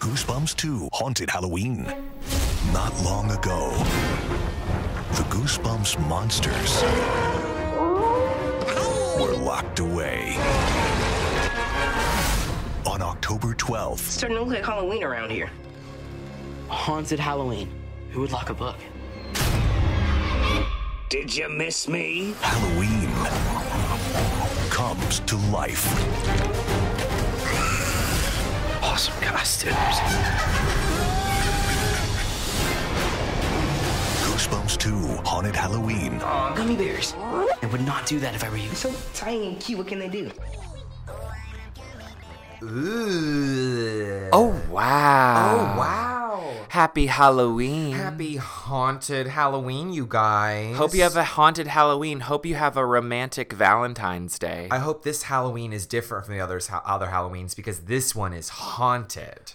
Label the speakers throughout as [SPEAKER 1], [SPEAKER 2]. [SPEAKER 1] Goosebumps 2 Haunted Halloween. Not long ago, the Goosebumps monsters were locked away. On October 12th,
[SPEAKER 2] It's starting to look like Halloween around here.
[SPEAKER 3] Haunted Halloween. Who would lock a book?
[SPEAKER 4] Did you miss me?
[SPEAKER 1] Halloween comes to life.
[SPEAKER 3] Awesome costumes.
[SPEAKER 1] Goosebumps 2 Haunted Halloween.
[SPEAKER 2] Aw, gummy bears.
[SPEAKER 3] I would not do that if I were you.
[SPEAKER 2] So tiny and cute, what can they do?
[SPEAKER 5] Oh wow.
[SPEAKER 6] oh, Wow.
[SPEAKER 5] Happy Halloween.
[SPEAKER 6] Happy haunted Halloween, you guys.
[SPEAKER 5] Hope you have a haunted Halloween. Hope you have a romantic Valentine's Day.
[SPEAKER 6] I hope this Halloween is different from the others ha- other Halloweens because this one is haunted.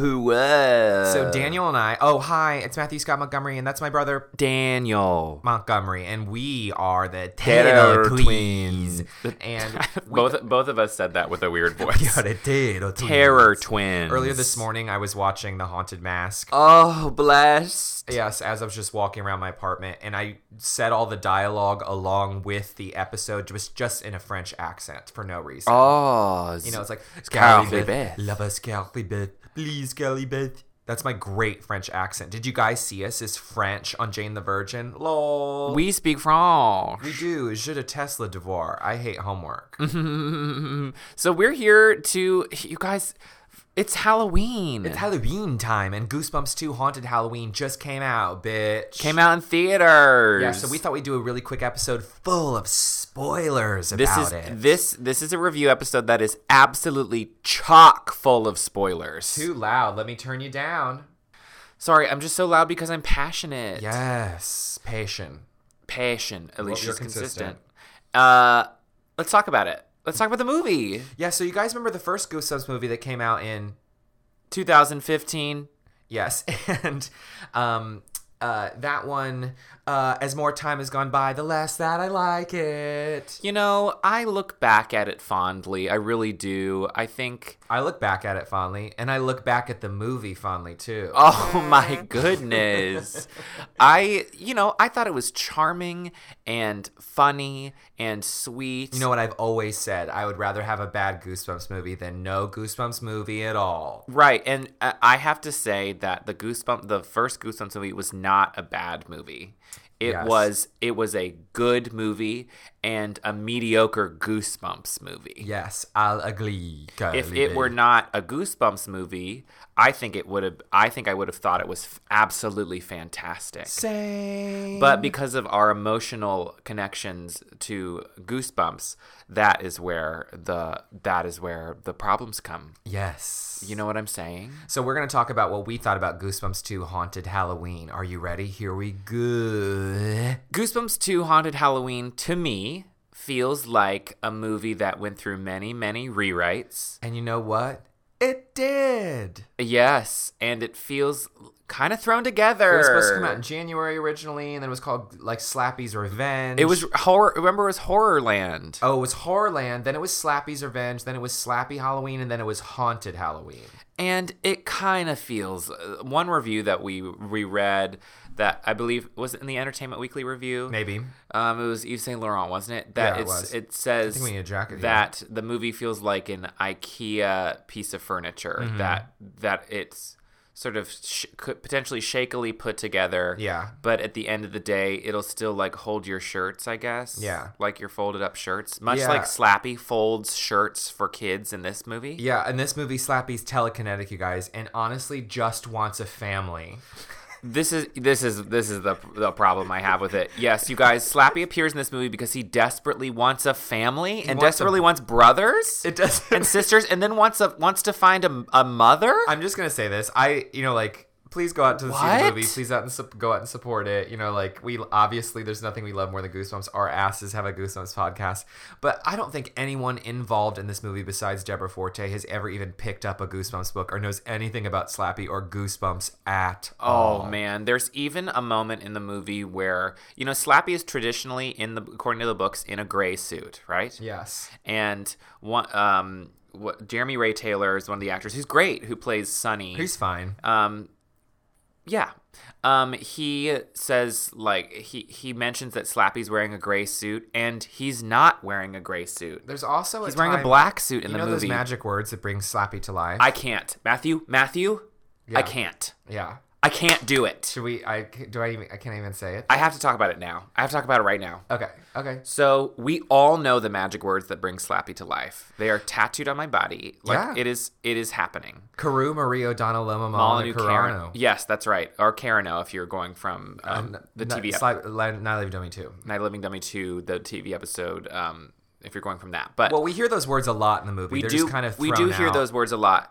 [SPEAKER 5] Whoa.
[SPEAKER 6] So Daniel and I. Oh, hi. It's Matthew Scott Montgomery, and that's my brother
[SPEAKER 5] Daniel.
[SPEAKER 6] Montgomery, and we are the
[SPEAKER 5] Terror
[SPEAKER 6] Taylor Twins. And we
[SPEAKER 5] both both of us said that with a weird voice.
[SPEAKER 6] are the Taylor Twins.
[SPEAKER 5] Terror twins.
[SPEAKER 6] Earlier this morning, I was watching The Haunted Mask.
[SPEAKER 5] Oh, blessed.
[SPEAKER 6] Yes, as I was just walking around my apartment, and I said all the dialogue along with the episode was just in a French accent for no reason.
[SPEAKER 5] Oh,
[SPEAKER 6] you know, it's like
[SPEAKER 5] Calibet.
[SPEAKER 6] Calibet, love us Calibet, please Calibet. That's my great French accent. Did you guys see us as French on Jane the Virgin? Lol.
[SPEAKER 5] we speak French.
[SPEAKER 6] we do. Je déteste le devoir. I hate homework.
[SPEAKER 5] Mm. so we're here to you guys. It's Halloween.
[SPEAKER 6] It's Halloween time, and Goosebumps 2 Haunted Halloween just came out, bitch.
[SPEAKER 5] Came out in theaters.
[SPEAKER 6] Yeah, so we thought we'd do a really quick episode full of spoilers
[SPEAKER 5] this
[SPEAKER 6] about
[SPEAKER 5] is
[SPEAKER 6] it.
[SPEAKER 5] this this is a review episode that is absolutely chock full of spoilers.
[SPEAKER 6] Too loud. Let me turn you down.
[SPEAKER 5] Sorry, I'm just so loud because I'm passionate.
[SPEAKER 6] Yes, patient.
[SPEAKER 5] passion. At least
[SPEAKER 6] you're
[SPEAKER 5] she's consistent.
[SPEAKER 6] consistent.
[SPEAKER 5] Uh, let's talk about it. Let's talk about the movie.
[SPEAKER 6] Yeah, so you guys remember the first Goosebumps movie that came out in
[SPEAKER 5] 2015.
[SPEAKER 6] yes, and um, uh, that one. Uh, as more time has gone by, the less that I like it.
[SPEAKER 5] You know, I look back at it fondly. I really do. I think.
[SPEAKER 6] I look back at it fondly, and I look back at the movie fondly too.
[SPEAKER 5] Oh my goodness. I, you know, I thought it was charming and funny and sweet.
[SPEAKER 6] You know what I've always said? I would rather have a bad Goosebumps movie than no Goosebumps movie at all.
[SPEAKER 5] Right, and uh, I have to say that the Goosebump, the first Goosebumps movie, was not a bad movie. It
[SPEAKER 6] Yes.
[SPEAKER 5] was it was a good movie and a mediocre Goosebumps movie.
[SPEAKER 6] Yes, I'll agree.
[SPEAKER 5] If it were
[SPEAKER 6] Carly.
[SPEAKER 5] not a Goosebumps movie, I think it would have. I think I would have thought it was f- absolutely fantastic.
[SPEAKER 6] same,
[SPEAKER 5] But because of our emotional connections to Goosebumps, that is where the that is where the problems come.
[SPEAKER 6] yes,
[SPEAKER 5] You know what I'm saying?
[SPEAKER 6] So we're going to talk about what we thought about Goosebumps 2 Haunted Halloween. Are you ready? Here we go.
[SPEAKER 5] Goosebumps 2 Haunted Halloween to me feels like a movie that went through many, many rewrites.
[SPEAKER 6] And you know what? It did.
[SPEAKER 5] Yes, and it feels kind of thrown together.
[SPEAKER 6] It was supposed to come out in January originally, and then it was called like Slappy's Revenge.
[SPEAKER 5] It was horror. Remember, it was Horrorland.
[SPEAKER 6] Oh, it was Horrorland, then it was Slappy's Revenge, then it was Slappy Halloween, and then it was Haunted Halloween.
[SPEAKER 5] And it kind of feels. uh, One review that we we read that I believe was in the Entertainment Weekly review.
[SPEAKER 6] Maybe.
[SPEAKER 5] Um, it was Yves Saint Laurent, wasn't it? That
[SPEAKER 6] Yeah, it
[SPEAKER 5] it's,
[SPEAKER 6] was.
[SPEAKER 5] it says
[SPEAKER 6] think we need a jacket here.
[SPEAKER 5] that the movie feels like an IKEA piece of furniture
[SPEAKER 6] Mm-hmm.
[SPEAKER 5] that that it's sort of sh- could potentially shakily put together.
[SPEAKER 6] Yeah.
[SPEAKER 5] But at the end of the day, it'll still like hold your shirts, I guess.
[SPEAKER 6] Yeah.
[SPEAKER 5] Like your folded up shirts, much
[SPEAKER 6] Yeah.
[SPEAKER 5] like Slappy folds shirts for kids in this movie.
[SPEAKER 6] Yeah, and this movie, Slappy's telekinetic, you guys, and honestly just wants a family.
[SPEAKER 5] This is this is this is the the problem I have with it. Yes, you guys, Slappy appears in this movie because he desperately wants a family and
[SPEAKER 6] wants a-
[SPEAKER 5] desperately wants brothers
[SPEAKER 6] It does.
[SPEAKER 5] and sisters, and then wants a wants to find a, a mother.
[SPEAKER 6] I'm just gonna say this. I, you know, like, please go out to see the
[SPEAKER 5] What?
[SPEAKER 6] movie. Please out and sup go out and support it. You know, like, we obviously there's nothing we love more than Goosebumps. Our asses have a Goosebumps podcast, but I don't think anyone involved in this movie besides Deborah Forte has ever even picked up a Goosebumps book or knows anything about Slappy or Goosebumps at all.
[SPEAKER 5] Oh man, there's even a moment in the movie where you know Slappy is traditionally in the according to the books in a gray suit, right?
[SPEAKER 6] Yes.
[SPEAKER 5] And one um what, Jeremy Ray Taylor is one of the actors who's great, who plays Sunny.
[SPEAKER 6] He's fine.
[SPEAKER 5] Um, yeah. Um, he says like he he mentions that Slappy's wearing a gray suit, and he's not wearing a gray suit.
[SPEAKER 6] There's also a
[SPEAKER 5] He's wearing a
[SPEAKER 6] time-
[SPEAKER 5] black suit in the
[SPEAKER 6] You know those
[SPEAKER 5] movie.
[SPEAKER 6] magic words that bring Slappy to life.
[SPEAKER 5] I can't, Matthew. Matthew,
[SPEAKER 6] Yeah.
[SPEAKER 5] I can't.
[SPEAKER 6] yeah.
[SPEAKER 5] I can't do it.
[SPEAKER 6] Should we? I do. I even. I can't even say it.
[SPEAKER 5] I have to talk about it now. I have to talk about it right now.
[SPEAKER 6] okay. Okay.
[SPEAKER 5] So we all know the magic words that bring Slappy to life. They are tattooed on my body. Like
[SPEAKER 6] Yeah.
[SPEAKER 5] it is it is happening.
[SPEAKER 6] Karu Marie O'Donnell Loma Molyneux
[SPEAKER 5] Molyneux
[SPEAKER 6] Carano.
[SPEAKER 5] Carano. Yes, that's right. Or Carano if you're going from um, the TV episode.
[SPEAKER 6] Sli- Li- Night Live Dummy Two.
[SPEAKER 5] Night of Living Dummy to the TV episode um, if you're going from that. But
[SPEAKER 6] Well, we hear those words a lot in the movie.
[SPEAKER 5] we
[SPEAKER 6] They're
[SPEAKER 5] do
[SPEAKER 6] just kind of
[SPEAKER 5] we
[SPEAKER 6] thrown
[SPEAKER 5] do hear
[SPEAKER 6] out.
[SPEAKER 5] those words a lot.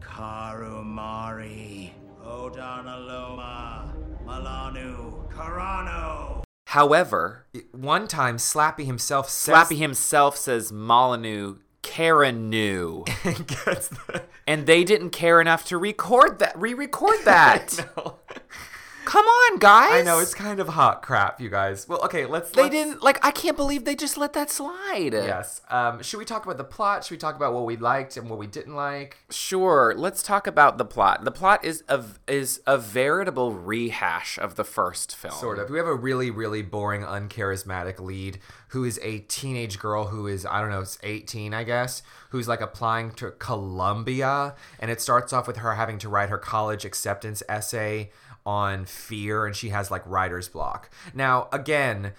[SPEAKER 4] Karumari, Odanaloma, Malanu, Karano.
[SPEAKER 5] However,
[SPEAKER 6] One time, Slappy himself says,
[SPEAKER 5] Slappy himself says Molyneux Caranu.
[SPEAKER 6] gets the,
[SPEAKER 5] and they didn't care enough to record that re-record that. Come on, guys.
[SPEAKER 6] I know it's kind of hot crap, you guys. Well, okay, let's.
[SPEAKER 5] They
[SPEAKER 6] let's-
[SPEAKER 5] didn't like. I can't believe they just let that slide.
[SPEAKER 6] Yes. Um, should we talk about the plot? Should we talk about what we liked and what we didn't like?
[SPEAKER 5] Sure. Let's talk about the plot. The plot is a is a veritable rehash of the first film.
[SPEAKER 6] Sort of. We have a really, really boring, uncharismatic lead who is a teenage girl who is, I don't know, it's 18, I guess, who's like applying to Columbia. And it starts off with her having to write her college acceptance essay on fear, and she has like writer's block. Now, again,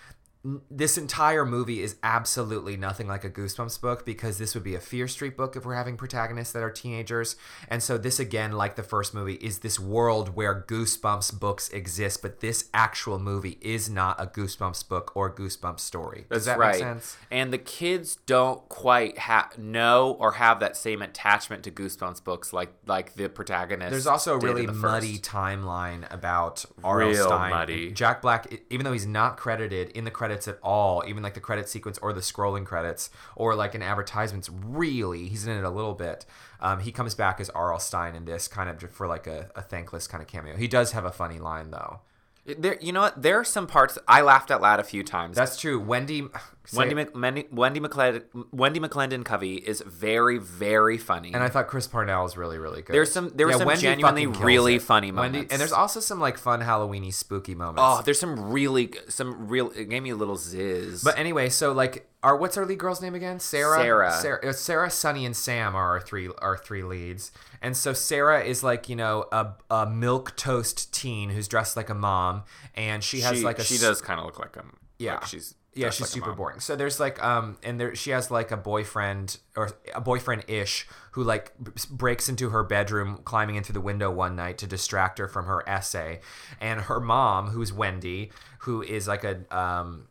[SPEAKER 6] n- this entire movie is absolutely nothing like a Goosebumps book because this would be a Fear Street book if we're having protagonists that are teenagers. And so, this again, like the first movie, is this world where Goosebumps books exist, but this actual movie is not a Goosebumps book or Goosebumps story. Does that
[SPEAKER 5] right.
[SPEAKER 6] make sense?
[SPEAKER 5] And the kids don't quite ha- know or have that same attachment to Goosebumps books like like the protagonist.
[SPEAKER 6] There's also a
[SPEAKER 5] did in
[SPEAKER 6] really
[SPEAKER 5] the first.
[SPEAKER 6] muddy timeline about R.L.
[SPEAKER 5] Real
[SPEAKER 6] Stein.
[SPEAKER 5] muddy.
[SPEAKER 6] Jack Black, i- even though he's not credited in the credits at all, even like the credit sequence or the scrolling credits or like in advertisements, really, he's in it a little bit. Um, he comes back as R.L. Stein in this kind of ju- for like a, a thankless kind of cameo. He does have a funny line though.
[SPEAKER 5] There, you know what? There are some parts I laughed out loud a few times.
[SPEAKER 6] That's true. Wendy, say-
[SPEAKER 5] Wendy, Mc, Wendy, Wendy, McClendon, Wendy McClendon Covey is very, very funny.
[SPEAKER 6] And I thought Chris Parnell was really, really good.
[SPEAKER 5] There's some- there were some genuinely
[SPEAKER 6] fucking kills
[SPEAKER 5] really
[SPEAKER 6] it.
[SPEAKER 5] funny moments.
[SPEAKER 6] and there's also some like fun Halloweeny spooky moments.
[SPEAKER 5] oh, there's some really, some real. It gave me a little zizz.
[SPEAKER 6] But anyway, so like our what's our lead girl's name again? Sarah.
[SPEAKER 5] Sarah.
[SPEAKER 6] Sarah, uh, Sarah Sunny, and Sam are our three our three leads. And so Sarah is like you know a, a milk toast teen who's dressed like a mom, and she has
[SPEAKER 5] she,
[SPEAKER 6] like a
[SPEAKER 5] she
[SPEAKER 6] s-
[SPEAKER 5] does kind of look like him.
[SPEAKER 6] yeah
[SPEAKER 5] like she's
[SPEAKER 6] yeah
[SPEAKER 5] dressed
[SPEAKER 6] she's
[SPEAKER 5] like a
[SPEAKER 6] super
[SPEAKER 5] mom.
[SPEAKER 6] boring. So there's like um and there she has like a boyfriend or a boyfriend ish who like b- breaks into her bedroom, climbing in through the window one night to distract her from her essay, and her mom who's Wendy, who is like a um.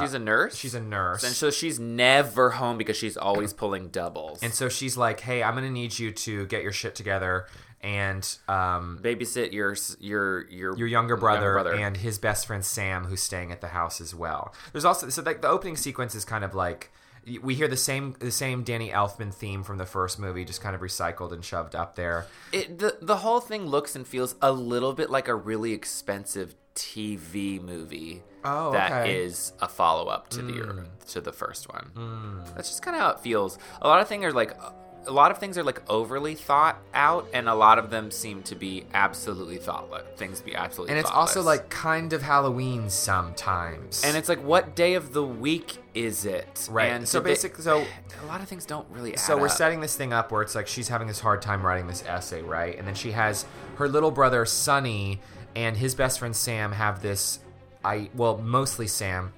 [SPEAKER 5] she's a nurse.
[SPEAKER 6] She's a nurse.
[SPEAKER 5] and so she's never home because she's always pulling doubles.
[SPEAKER 6] And so she's like, "Hey, I'm gonna need you to get your shit together and um,
[SPEAKER 5] babysit your s- your your
[SPEAKER 6] your younger brother, and his best friend Sam, who's staying at the house as well." There's also so like the opening sequence is kind of like y- we hear the same the same Danny Elfman theme from the first movie, just kind of recycled and shoved up there.
[SPEAKER 5] it, the the whole thing looks and feels a little bit like a really expensive TV movie.
[SPEAKER 6] Oh,
[SPEAKER 5] that
[SPEAKER 6] okay. Hmm.
[SPEAKER 5] is a follow up to the to the first one. That's just kind of how it feels. A lot of things are like a lot of things are like overly thought out, and a lot of them seem to be absolutely thoughtless. Things to be absolutely
[SPEAKER 6] And it's
[SPEAKER 5] thoughtless.
[SPEAKER 6] also like kind of Halloween sometimes.
[SPEAKER 5] And it's like, what day of the week is it?
[SPEAKER 6] Right.
[SPEAKER 5] And
[SPEAKER 6] So
[SPEAKER 5] did they-
[SPEAKER 6] basic- so-
[SPEAKER 5] a lot of things don't really. Add
[SPEAKER 6] so we're
[SPEAKER 5] up.
[SPEAKER 6] setting this thing up where it's like she's having this hard time writing this essay right and then she has her little brother sonny and his best friend sam have this i well mostly sam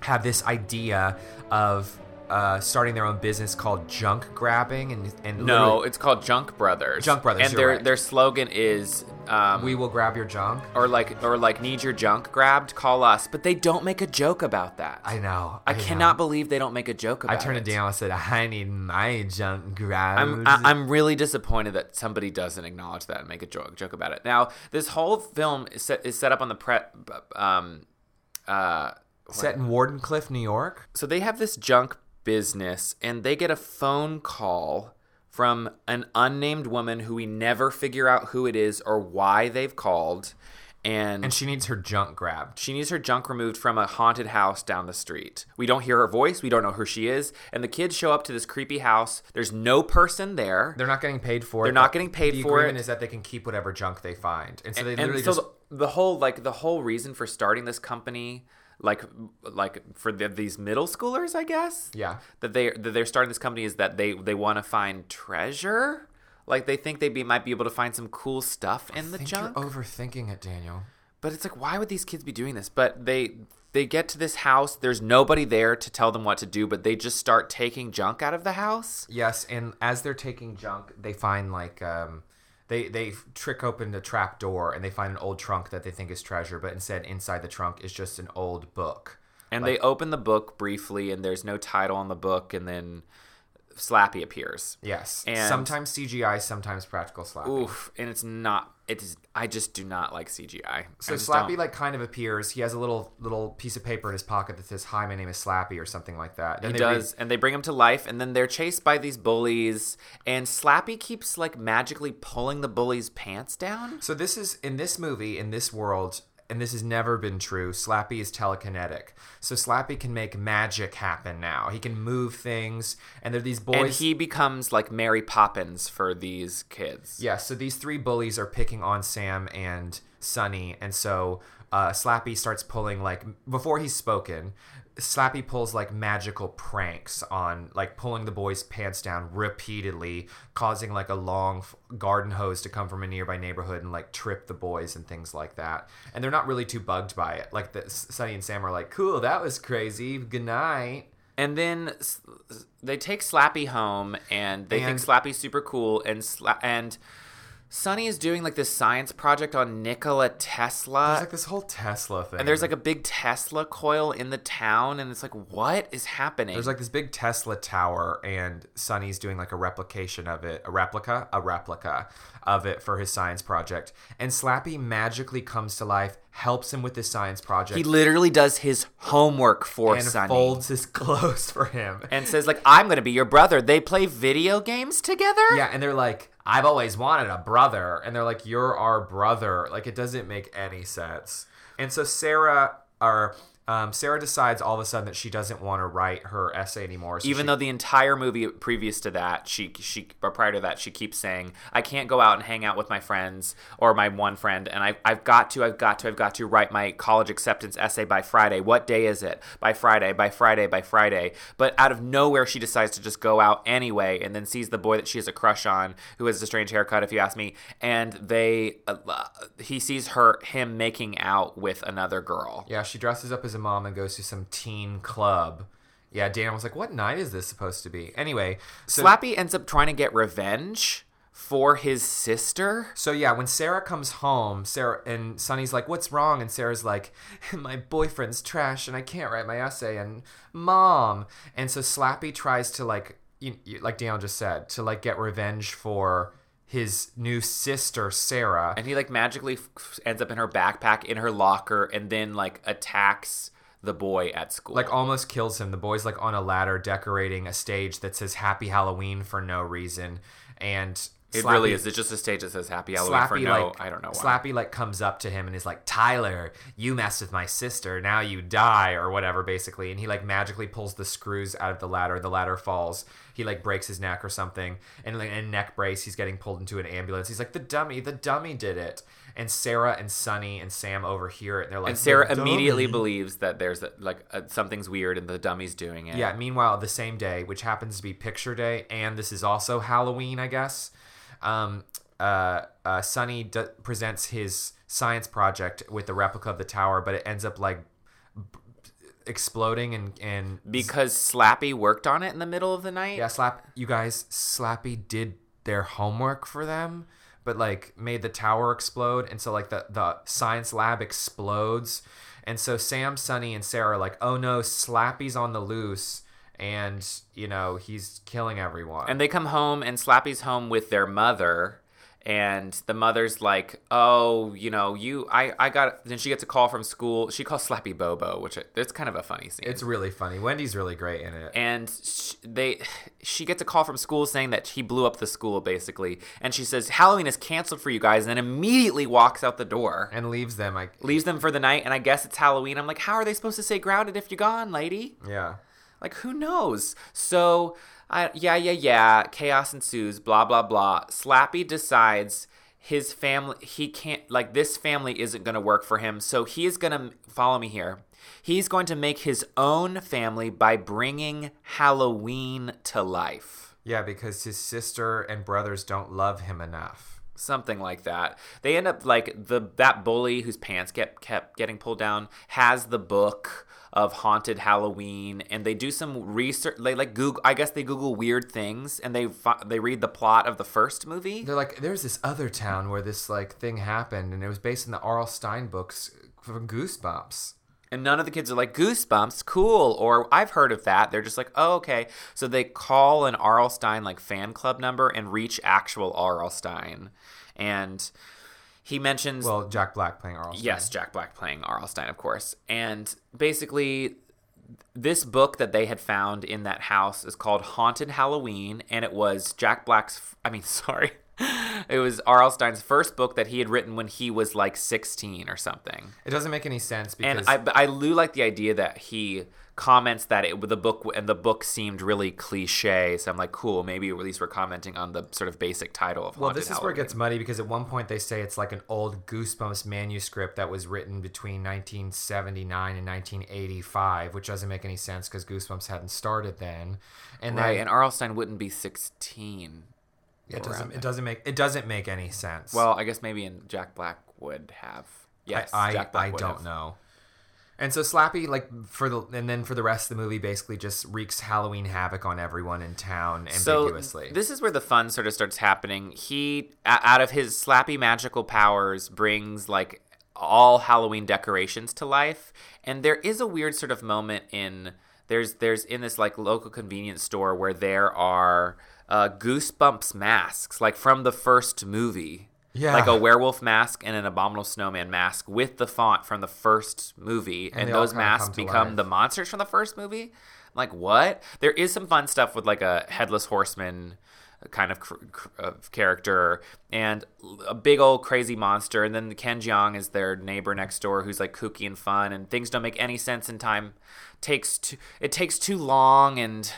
[SPEAKER 6] have this idea of uh, starting their own business called junk grabbing and and
[SPEAKER 5] No,
[SPEAKER 6] literally,
[SPEAKER 5] it's called Junk Brothers.
[SPEAKER 6] Junk Brothers,
[SPEAKER 5] and
[SPEAKER 6] you're
[SPEAKER 5] their
[SPEAKER 6] right.
[SPEAKER 5] their slogan is, um,
[SPEAKER 6] we will grab your junk
[SPEAKER 5] or like or like need your junk grabbed, call us. But they don't make a joke about that.
[SPEAKER 6] i know
[SPEAKER 5] I,
[SPEAKER 6] know.
[SPEAKER 5] cannot believe they don't make a joke
[SPEAKER 6] i
[SPEAKER 5] about.
[SPEAKER 6] turned it down and said i need my junk grabbed
[SPEAKER 5] I'm I, I'm really disappointed that somebody doesn't acknowledge that and make a joke joke about it. Now this whole film is set, is set up on the prep. Um, uh,
[SPEAKER 6] set in wardenclyffe new york
[SPEAKER 5] so they have this junk business and they get a phone call from an unnamed woman who we never figure out who it is or why they've called and,
[SPEAKER 6] And she needs her junk grabbed.
[SPEAKER 5] she needs her junk removed from a haunted house down the street. We don't hear her voice, we don't know who she is, and the kids show up to this creepy house. There's no person there.
[SPEAKER 6] They're not getting paid for it.
[SPEAKER 5] They're not
[SPEAKER 6] but
[SPEAKER 5] getting paid
[SPEAKER 6] the
[SPEAKER 5] for
[SPEAKER 6] agreement
[SPEAKER 5] it.
[SPEAKER 6] is that they can keep whatever junk they find, and so they
[SPEAKER 5] and
[SPEAKER 6] literally
[SPEAKER 5] so
[SPEAKER 6] just
[SPEAKER 5] the, the whole like the whole reason for starting this company like like for the, these middle schoolers i guess
[SPEAKER 6] Yeah.
[SPEAKER 5] that they that they're starting this company is that they they want to find treasure like they think they be, might be able to find some cool stuff in the
[SPEAKER 6] think
[SPEAKER 5] junk
[SPEAKER 6] You're overthinking it, Daniel.
[SPEAKER 5] but it's like why would these kids be doing this but they they get to this house there's nobody there to tell them what to do but they just start taking junk out of the house
[SPEAKER 6] Yes, and as they're taking junk, they find like um, they they trick open the trap door and they find an old trunk that they think is treasure, but instead inside the trunk is just an old book.
[SPEAKER 5] and they open the book briefly and there's no title on the book and then slappy appears
[SPEAKER 6] Yes,
[SPEAKER 5] And-
[SPEAKER 6] sometimes CGI, sometimes practical slappy.
[SPEAKER 5] Oof, and it's not. It is. I just do not like CGI.
[SPEAKER 6] So
[SPEAKER 5] I just
[SPEAKER 6] Slappy
[SPEAKER 5] don't.
[SPEAKER 6] like kind of appears. He has a little little piece of paper in his pocket that says, "Hi, my name is Slappy" or something like that. Then
[SPEAKER 5] he
[SPEAKER 6] they read-
[SPEAKER 5] does, and they bring him to life, and then they're chased by these bullies, and Slappy keeps like magically pulling the bully's pants down.
[SPEAKER 6] So this is in this movie, in this world, and this has never been true. Slappy is telekinetic, so Slappy can make magic happen. Now he can move things, and they're these boys.
[SPEAKER 5] And he becomes like Mary Poppins for these kids.
[SPEAKER 6] yeah, so these three bullies are picking on Sam and Sunny, and so uh, Slappy starts pulling like before he's spoken. Slappy pulls like magical pranks on like pulling the boys' pants down repeatedly, causing like a long f- garden hose to come from a nearby neighborhood and like trip the boys and things like that. And they're not really too bugged by it. Like the, Sunny and Sam are like, "Cool, that was crazy. Good night."
[SPEAKER 5] And then s- s- they take Slappy home, and they think
[SPEAKER 6] And-
[SPEAKER 5] Slappy's super cool. And Sla- and Sonny is doing like this science project on Nikola Tesla.
[SPEAKER 6] It's like this whole Tesla thing.
[SPEAKER 5] And there's like a big Tesla coil in the town, and it's like, what is happening?
[SPEAKER 6] There's like this big Tesla tower, and Sonny's doing like a replication of it, a replica, a replica of it for his science project. And Slappy magically comes to life, helps him with his science project,
[SPEAKER 5] he literally does his homework for
[SPEAKER 6] and
[SPEAKER 5] Sonny,
[SPEAKER 6] folds his clothes for him.
[SPEAKER 5] and says like, I'm gonna be your brother. They play video games together.
[SPEAKER 6] yeah, and they're like, "I've always wanted a brother," and they're like, "You're our brother." Like it doesn't make any sense. And so Sarah, or um, Sarah decides all of a sudden that she doesn't want to write her essay anymore. So
[SPEAKER 5] Even
[SPEAKER 6] she
[SPEAKER 5] though the entire movie previous to that, she she or prior to that, she keeps saying, "I can't go out and hang out with my friends or my one friend, and I I've got to, I've got to, I've got to write my college acceptance essay by Friday. What day is it? By Friday, by Friday, by Friday." But out of nowhere, she decides to just go out anyway, and then sees the boy that she has a crush on, who has a strange haircut, if you ask me, and they uh, he sees her him making out with another girl.
[SPEAKER 6] Yeah, she dresses up as a mom and goes to some teen club. Yeah, Daniel was like, "What night is this supposed to be?" Anyway, so
[SPEAKER 5] Slappy ends up trying to get revenge for his sister.
[SPEAKER 6] so yeah, when Sarah comes home, Sarah and Sonny's like, "What's wrong?" And Sarah's like, "My boyfriend's trash, and I can't write my essay." And mom, and so Slappy tries to like, you, you, like Daniel just said, to like get revenge for his new sister Sarah.
[SPEAKER 5] and he like magically f- ends up in her backpack in her locker and then like attacks the boy at school
[SPEAKER 6] like almost kills him. The boy's like on a ladder decorating a stage that says "Happy Halloween" for no reason, and
[SPEAKER 5] it
[SPEAKER 6] Slappy-
[SPEAKER 5] really is it's just a stage that says happy halloween for no i don't know why
[SPEAKER 6] Slappy like comes up to him and is like, "Tyler, you messed with my sister. Now you die or whatever." Basically, and he like magically pulls the screws out of the ladder. The ladder falls. He like breaks his neck or something, and like in a neck brace, he's getting pulled into an ambulance. He's like, "The dummy, the dummy did it." And Sarah and Sonny and Sam overhear it, and they're like,
[SPEAKER 5] and sarah
[SPEAKER 6] "The dummy."
[SPEAKER 5] immediately believes that there's like uh, something's weird and the dummy's doing it
[SPEAKER 6] Yeah, meanwhile, the same day, which happens to be picture day, and this is also Halloween, I guess, um, uh, uh, Sonny d- presents his science project with the replica of the tower, but it ends up like b- exploding and. and
[SPEAKER 5] because slappy worked on it in the middle of the night
[SPEAKER 6] yeah, Slap, you guys, Slappy did their homework for them, but like made the tower explode. And so, like, the, the science lab explodes. And so, Sam, Sonny, and Sarah are like, oh no, Slappy's on the loose. And, you know, he's killing everyone.
[SPEAKER 5] and they come home and slappy's home with their mother and the mother's like, "Oh, you know, you, I, I got." Then she gets a call from school. She calls Slappy Bobo, which it- it's kind of a funny scene.
[SPEAKER 6] It's really funny. Wendy's really great in it.
[SPEAKER 5] and sh- they she gets a call from school saying that he blew up the school basically and she says halloween is canceled for you guys and then immediately walks out the door
[SPEAKER 6] And leaves them. I
[SPEAKER 5] leaves them for the night and i guess it's halloween i'm like how are they supposed to stay grounded if you're gone lady
[SPEAKER 6] yeah.
[SPEAKER 5] like who knows so I, yeah yeah yeah chaos ensues blah blah blah slappy decides his family he can't like this family isn't going to work for him so he is going to follow me here he's going to make his own family by bringing halloween to life
[SPEAKER 6] Yeah, because his sister and brothers don't love him enough.
[SPEAKER 5] something like that. They end up like the that bully whose pants kept kept getting pulled down has the book of haunted Halloween, and they do some research. They like Google, I guess they Google weird things, and they fi- they read the plot of the first movie.
[SPEAKER 6] They're like, there's this other town where this like thing happened, and it was based on the R.L. Stein books from Goosebumps.
[SPEAKER 5] And none of the kids are like, Goosebumps, cool, or I've heard of that. They're just like, oh, okay. So they call an Arl Stein like fan club number and reach actual Arl Stein. And he mentions
[SPEAKER 6] Well, Jack Black playing R.L. Stein.
[SPEAKER 5] Yes, Jack Black playing Arlstein, of course. And basically, this book that they had found in that house is called Haunted Halloween, and it was Jack Black's, I mean, sorry. It was Arlstein's first book that he had written when he was like 16 or something.
[SPEAKER 6] It doesn't make any sense because
[SPEAKER 5] And I, but I do like the idea that he comments that it the book and the book seemed really cliche. So I'm like, cool, maybe at least we're commenting on the sort of basic title of Haunted
[SPEAKER 6] Well, this is where
[SPEAKER 5] Halloween.
[SPEAKER 6] it gets muddy because at one point they say it's like an old Goosebumps manuscript that was written between 1979 and 1985, which doesn't make any sense because Goosebumps hadn't started then. And
[SPEAKER 5] right.
[SPEAKER 6] then
[SPEAKER 5] And Arlstein wouldn't be 16.
[SPEAKER 6] it doesn't it doesn't make it doesn't make any sense.
[SPEAKER 5] Well, I guess maybe in Jack Black would have. Yes,
[SPEAKER 6] I I,
[SPEAKER 5] Jack Black
[SPEAKER 6] I
[SPEAKER 5] would
[SPEAKER 6] don't
[SPEAKER 5] have.
[SPEAKER 6] know. And so Slappy like for the and then for the rest of the movie basically just wreaks Halloween havoc on everyone in town
[SPEAKER 5] So
[SPEAKER 6] ambiguously.
[SPEAKER 5] this is where the fun sort of starts happening. He, o- out of his slappy magical powers, brings like all Halloween decorations to life, and there is a weird sort of moment in there's there's in this like local convenience store where there are uh, goosebumps masks like from the first movie.
[SPEAKER 6] Yeah.
[SPEAKER 5] Like a werewolf mask and an abominable snowman mask with the font from the first movie. and,
[SPEAKER 6] they all
[SPEAKER 5] those
[SPEAKER 6] kinda
[SPEAKER 5] masks
[SPEAKER 6] come to
[SPEAKER 5] become
[SPEAKER 6] life.
[SPEAKER 5] the monsters from the first movie. I'm like what? There is some fun stuff with like a headless horseman kind of cr- cr- of character and l- a big old crazy monster, and then Ken Jeong is their neighbor next door who's like kooky and fun, and things don't make any sense in time. takes too, It takes too long and.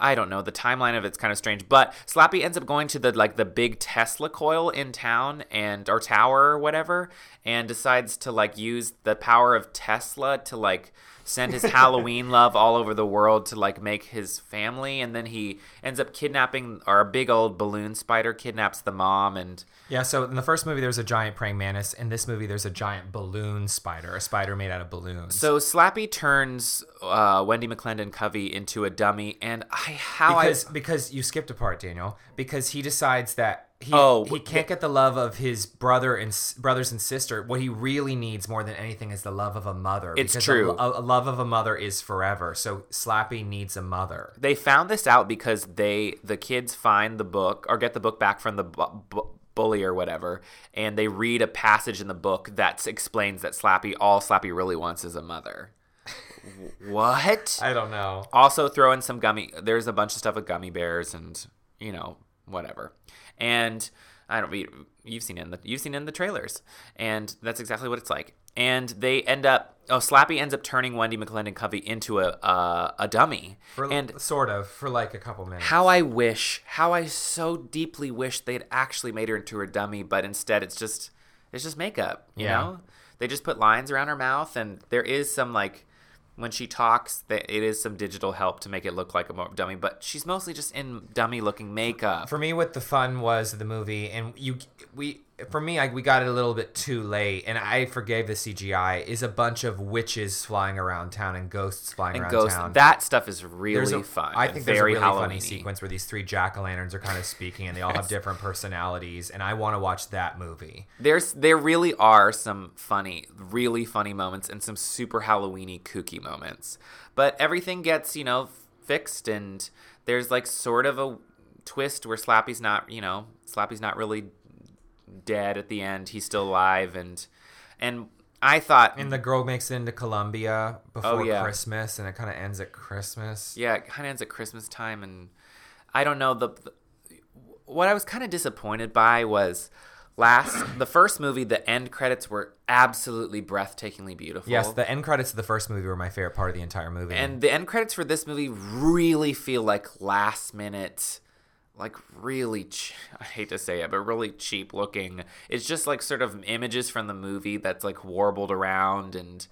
[SPEAKER 5] I don't know. The timeline of it's kind of strange, but Slappy ends up going to the like the big Tesla coil in town and or tower or whatever, and decides to like use the power of Tesla to like send his Halloween love all over the world to like make his family, and then he ends up kidnapping or a big old balloon spider kidnaps the mom and
[SPEAKER 6] yeah, so in the first movie there's a giant praying mantis, in this movie there's a giant balloon spider, a spider made out of balloons.
[SPEAKER 5] so Slappy turns uh, Wendy McClendon Covey into a dummy, and I how
[SPEAKER 6] because
[SPEAKER 5] I
[SPEAKER 6] because you skipped a part, Daniel. Because he decides that he
[SPEAKER 5] Oh,
[SPEAKER 6] he can't get the love of his brother and s- brothers and sister. What he really needs more than anything is the love of a mother.
[SPEAKER 5] It's
[SPEAKER 6] because
[SPEAKER 5] true.
[SPEAKER 6] A, a love of a mother is forever. So Slappy needs a mother.
[SPEAKER 5] they found this out because they the kids find the book or get the book back from the bu- bu- bully or whatever and they read a passage in the book that explains that slappy all slappy really wants is a mother W- what
[SPEAKER 6] I don't know.
[SPEAKER 5] also throw in some gummy there's a bunch of stuff with gummy bears and you know whatever and i don't read you've seen it in the you've seen it in the trailers and that's exactly what it's like and they end up oh slappy ends up turning wendy mcclendon covey into a uh, a dummy
[SPEAKER 6] For,
[SPEAKER 5] and
[SPEAKER 6] sort of for like a couple minutes.
[SPEAKER 5] how I wish, how I so deeply wish they'd actually made her into a dummy, but instead it's just it's just makeup, you
[SPEAKER 6] Yeah.
[SPEAKER 5] know? They just put lines around her mouth and there is some like when she talks that it is some digital help to make it look like a mo- dummy, but she's mostly just in dummy looking makeup.
[SPEAKER 6] for me what the fun was of the movie and you we for me I, we got it a little bit too late and i forgave the cgi is a bunch of witches flying around town and ghosts flying
[SPEAKER 5] and
[SPEAKER 6] around
[SPEAKER 5] ghosts
[SPEAKER 6] town
[SPEAKER 5] that stuff is
[SPEAKER 6] There's
[SPEAKER 5] really
[SPEAKER 6] a-
[SPEAKER 5] fun.
[SPEAKER 6] I
[SPEAKER 5] and
[SPEAKER 6] think there's a really funny
[SPEAKER 5] Halloween-y.
[SPEAKER 6] sequence where these three jack o' lanterns are kind of speaking, and they all have different personalities. And I want to watch that movie.
[SPEAKER 5] There's there really are some funny, really funny moments and some super Halloweeny kooky moments. But everything gets, you know, fixed and there's like sort of a twist where Slappy's not, you know, Slappy's not really dead at the end. He's still alive, and and I thought,
[SPEAKER 6] And the girl makes it into Colombia before
[SPEAKER 5] Oh, yeah.
[SPEAKER 6] Christmas, and it kind of ends at Christmas.
[SPEAKER 5] yeah, it kind of ends at Christmas time, and I don't know the, the what I was kind of disappointed by was last the first movie. The end credits were absolutely breathtakingly beautiful.
[SPEAKER 6] Yes, the end credits of the first movie were my favorite part of the entire movie.
[SPEAKER 5] and the end credits for this movie really feel like last minute like really ch- i hate to say it but really cheap looking it's just like sort of images from the movie that's like warbled around and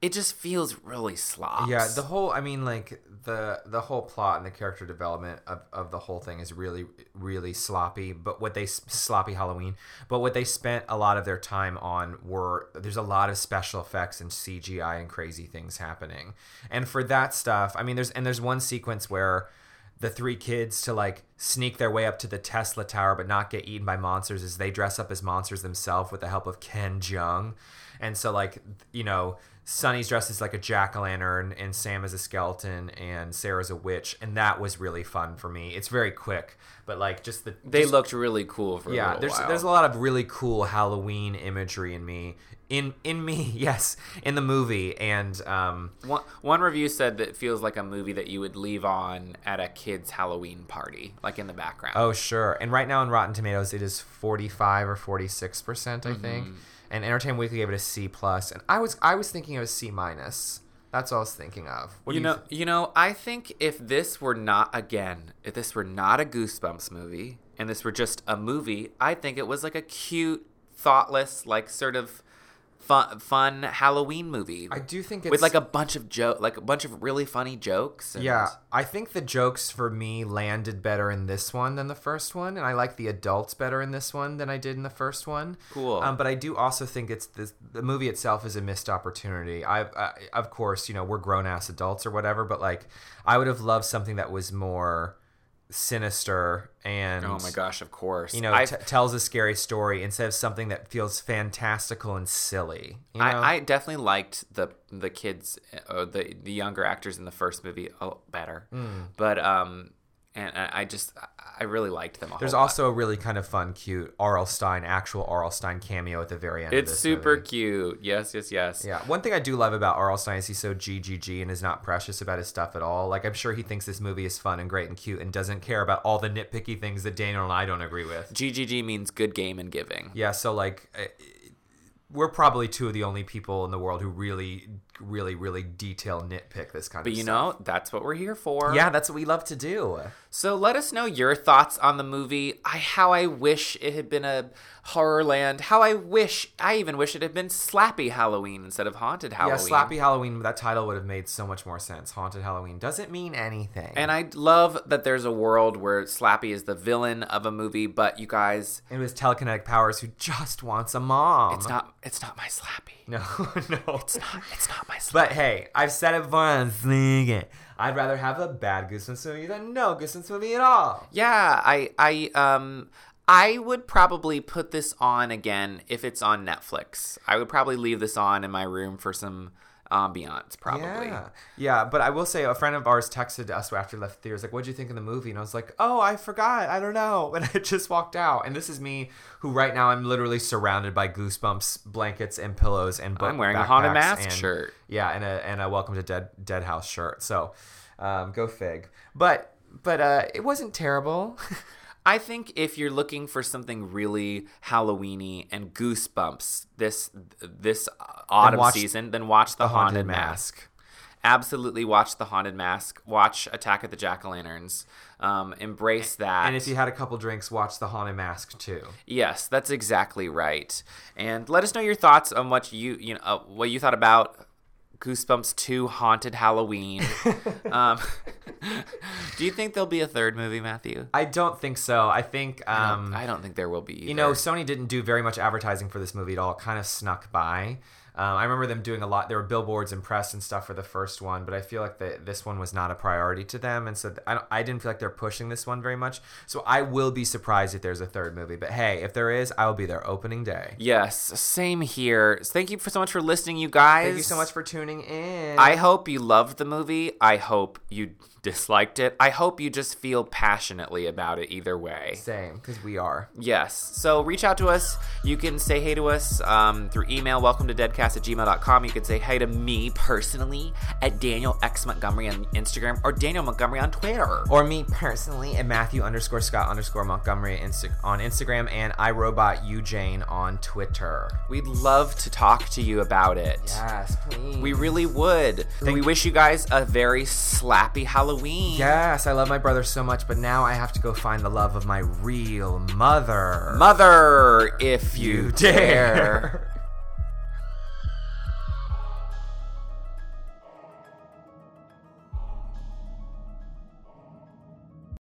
[SPEAKER 5] it just feels really slop
[SPEAKER 6] yeah, the whole I mean like the the whole plot and the character development of, of the whole thing is really really sloppy, but what they s- sloppy Halloween, but what they spent a lot of their time on were there's a lot of special effects and CGI and crazy things happening. And for that stuff, I mean there's and there's one sequence where the three kids to like sneak their way up to the Tesla tower but not get eaten by monsters is they dress up as monsters themselves with the help of Ken Jeong. And so like you know, Sonny's dressed as like a jack-o'-lantern and Sam is a skeleton and Sarah's a witch and that was really fun for me. It's very quick, but like just the
[SPEAKER 5] they looked really cool for a
[SPEAKER 6] yeah,
[SPEAKER 5] little
[SPEAKER 6] there's
[SPEAKER 5] while.
[SPEAKER 6] there's a lot of really cool Halloween imagery in me in in me, yes, in the movie and um
[SPEAKER 5] one, one review said that it feels like a movie that you would leave on at a kid's halloween party like in the background
[SPEAKER 6] Oh, sure. And right now on Rotten Tomatoes, it is 45 or 46 percent, I
[SPEAKER 5] Mm-hmm.
[SPEAKER 6] think. And Entertainment Weekly gave it a C plus, and I was I was thinking of a C minus. That's all I was thinking of. What do
[SPEAKER 5] you know,
[SPEAKER 6] th-
[SPEAKER 5] you know, I think if this were not again, if this were not a Goosebumps movie and this were just a movie, I think it was like a cute, thoughtless, like sort of fun, fun Halloween movie.
[SPEAKER 6] I do think it's
[SPEAKER 5] with like a bunch of joke, like a bunch of really funny jokes. and-
[SPEAKER 6] yeah. I think the jokes for me landed better in this one than the first one, and I like the adults better in this one than I did in the first one.
[SPEAKER 5] Cool.
[SPEAKER 6] Um, but I do also think it's this, the movie itself is a missed opportunity. I, I of course you know we're grown ass adults or whatever, but like I would have loved something that was more sinister and
[SPEAKER 5] Oh my gosh! Of course.
[SPEAKER 6] you know,
[SPEAKER 5] I,
[SPEAKER 6] t- tells a scary story instead of something that feels fantastical and silly. You know?
[SPEAKER 5] I, I definitely liked the the kids, uh, the the younger actors in the first movie a lot better.
[SPEAKER 6] Hmm.
[SPEAKER 5] But um, and I I just I- I really liked them. A
[SPEAKER 6] There's
[SPEAKER 5] whole lot.
[SPEAKER 6] also a really kind of fun, cute R.L. Stein, actual R.L. Stein cameo at the very end. of
[SPEAKER 5] It's
[SPEAKER 6] this
[SPEAKER 5] super
[SPEAKER 6] movie.
[SPEAKER 5] cute. Yes, yes, yes.
[SPEAKER 6] Yeah, one thing I do love about R.L. Stein is he's so GGG and is not precious about his stuff at all. Like, I'm sure he thinks this movie is fun and great and cute and doesn't care about all the nitpicky things that Daniel and I don't agree with.
[SPEAKER 5] GGG means good game and giving.
[SPEAKER 6] Yeah, so like I- we're probably two of the only people in the world who really, really, really detail nitpick this kind
[SPEAKER 5] But
[SPEAKER 6] of
[SPEAKER 5] you
[SPEAKER 6] stuff.
[SPEAKER 5] know, that's what we're here for.
[SPEAKER 6] yeah, that's what we love to do.
[SPEAKER 5] So let us know your thoughts on the movie. I how I wish it had been a horror land. How I wish I even wish it had been Slappy Halloween instead of Haunted Halloween.
[SPEAKER 6] Yeah, Slappy Halloween. That title would have made so much more sense. Haunted Halloween doesn't mean anything.
[SPEAKER 5] And I love that there's a world where Slappy is the villain of a movie, but you guys,
[SPEAKER 6] it was telekinetic powers who just wants a mom.
[SPEAKER 5] it's not it's not my Slappy.
[SPEAKER 6] No, no, it's not.
[SPEAKER 5] It's not my Slappy.
[SPEAKER 6] But hey, I've said it once. sing it. I'd rather have a bad Goosebumps movie than no Goosebumps movie at all.
[SPEAKER 5] Yeah, I I um I would probably put this on again if it's on Netflix. I would probably leave this on in my room for some ambiance, probably.
[SPEAKER 6] Yeah. yeah, but I will say a friend of ours texted us after we left the theater. was like, "What'd you think of the movie?" And I was like, "Oh, I forgot. I don't know." And I just walked out. And this is me, who right now I'm literally surrounded by goosebumps, blankets, and pillows, and book
[SPEAKER 5] I'm wearing a haunted
[SPEAKER 6] backpacks
[SPEAKER 5] mask
[SPEAKER 6] and-
[SPEAKER 5] shirt.
[SPEAKER 6] Yeah, and a and a welcome to Dead Dead House shirt. So, um, go fig. But but uh, it wasn't terrible.
[SPEAKER 5] I think if you're looking for something really Halloweeny and goosebumps this this autumn
[SPEAKER 6] watch
[SPEAKER 5] season, then watch the, haunted,
[SPEAKER 6] Haunted
[SPEAKER 5] mask. Absolutely watch the haunted mask. Watch Attack of the Jack O' Lanterns. Um, embrace that.
[SPEAKER 6] and if you had a couple drinks, watch the haunted mask too.
[SPEAKER 5] Yes, that's exactly right. And let us know your thoughts on what you you know uh, what you thought about Goosebumps Two: Haunted Halloween. um, do you think there'll be a third movie, Matthew?
[SPEAKER 6] I don't think so. I think um,
[SPEAKER 5] I don't think there will be. Either.
[SPEAKER 6] You know, Sony didn't do very much advertising for this movie at all. It kind of snuck by. Um, I remember them doing a lot. There were billboards and press and stuff for the first one, but I feel like that this one was not a priority to them, and so th- I, don't, I didn't feel like they're pushing this one very much. So I will be surprised if there's a third movie. But hey, if there is, I will be there opening day.
[SPEAKER 5] Yes, same here. Thank you for so much for listening, you guys.
[SPEAKER 6] Thank you so much for tuning in.
[SPEAKER 5] I hope you loved the movie. I hope you disliked it. I hope you just feel passionately about it either way.
[SPEAKER 6] Same, because we are.
[SPEAKER 5] Yes. So reach out to us. You can say hey to us um, through email, welcome to deadcast at gmail.com. You can say hey to me personally at Daniel X Montgomery on Instagram or Daniel Montgomery on Twitter.
[SPEAKER 6] Or me personally at Matthew underscore Scott underscore Montgomery Insta- on Instagram and iRobot Eugene on Twitter.
[SPEAKER 5] We'd love to talk to you about it.
[SPEAKER 6] Yes, please.
[SPEAKER 5] We really would. we wish you guys a very slappy Halloween.
[SPEAKER 6] Yes, I love my brother so much, but now I have to go find the love of my real mother.
[SPEAKER 5] Mother, if you,
[SPEAKER 6] You
[SPEAKER 5] dare.
[SPEAKER 6] dare.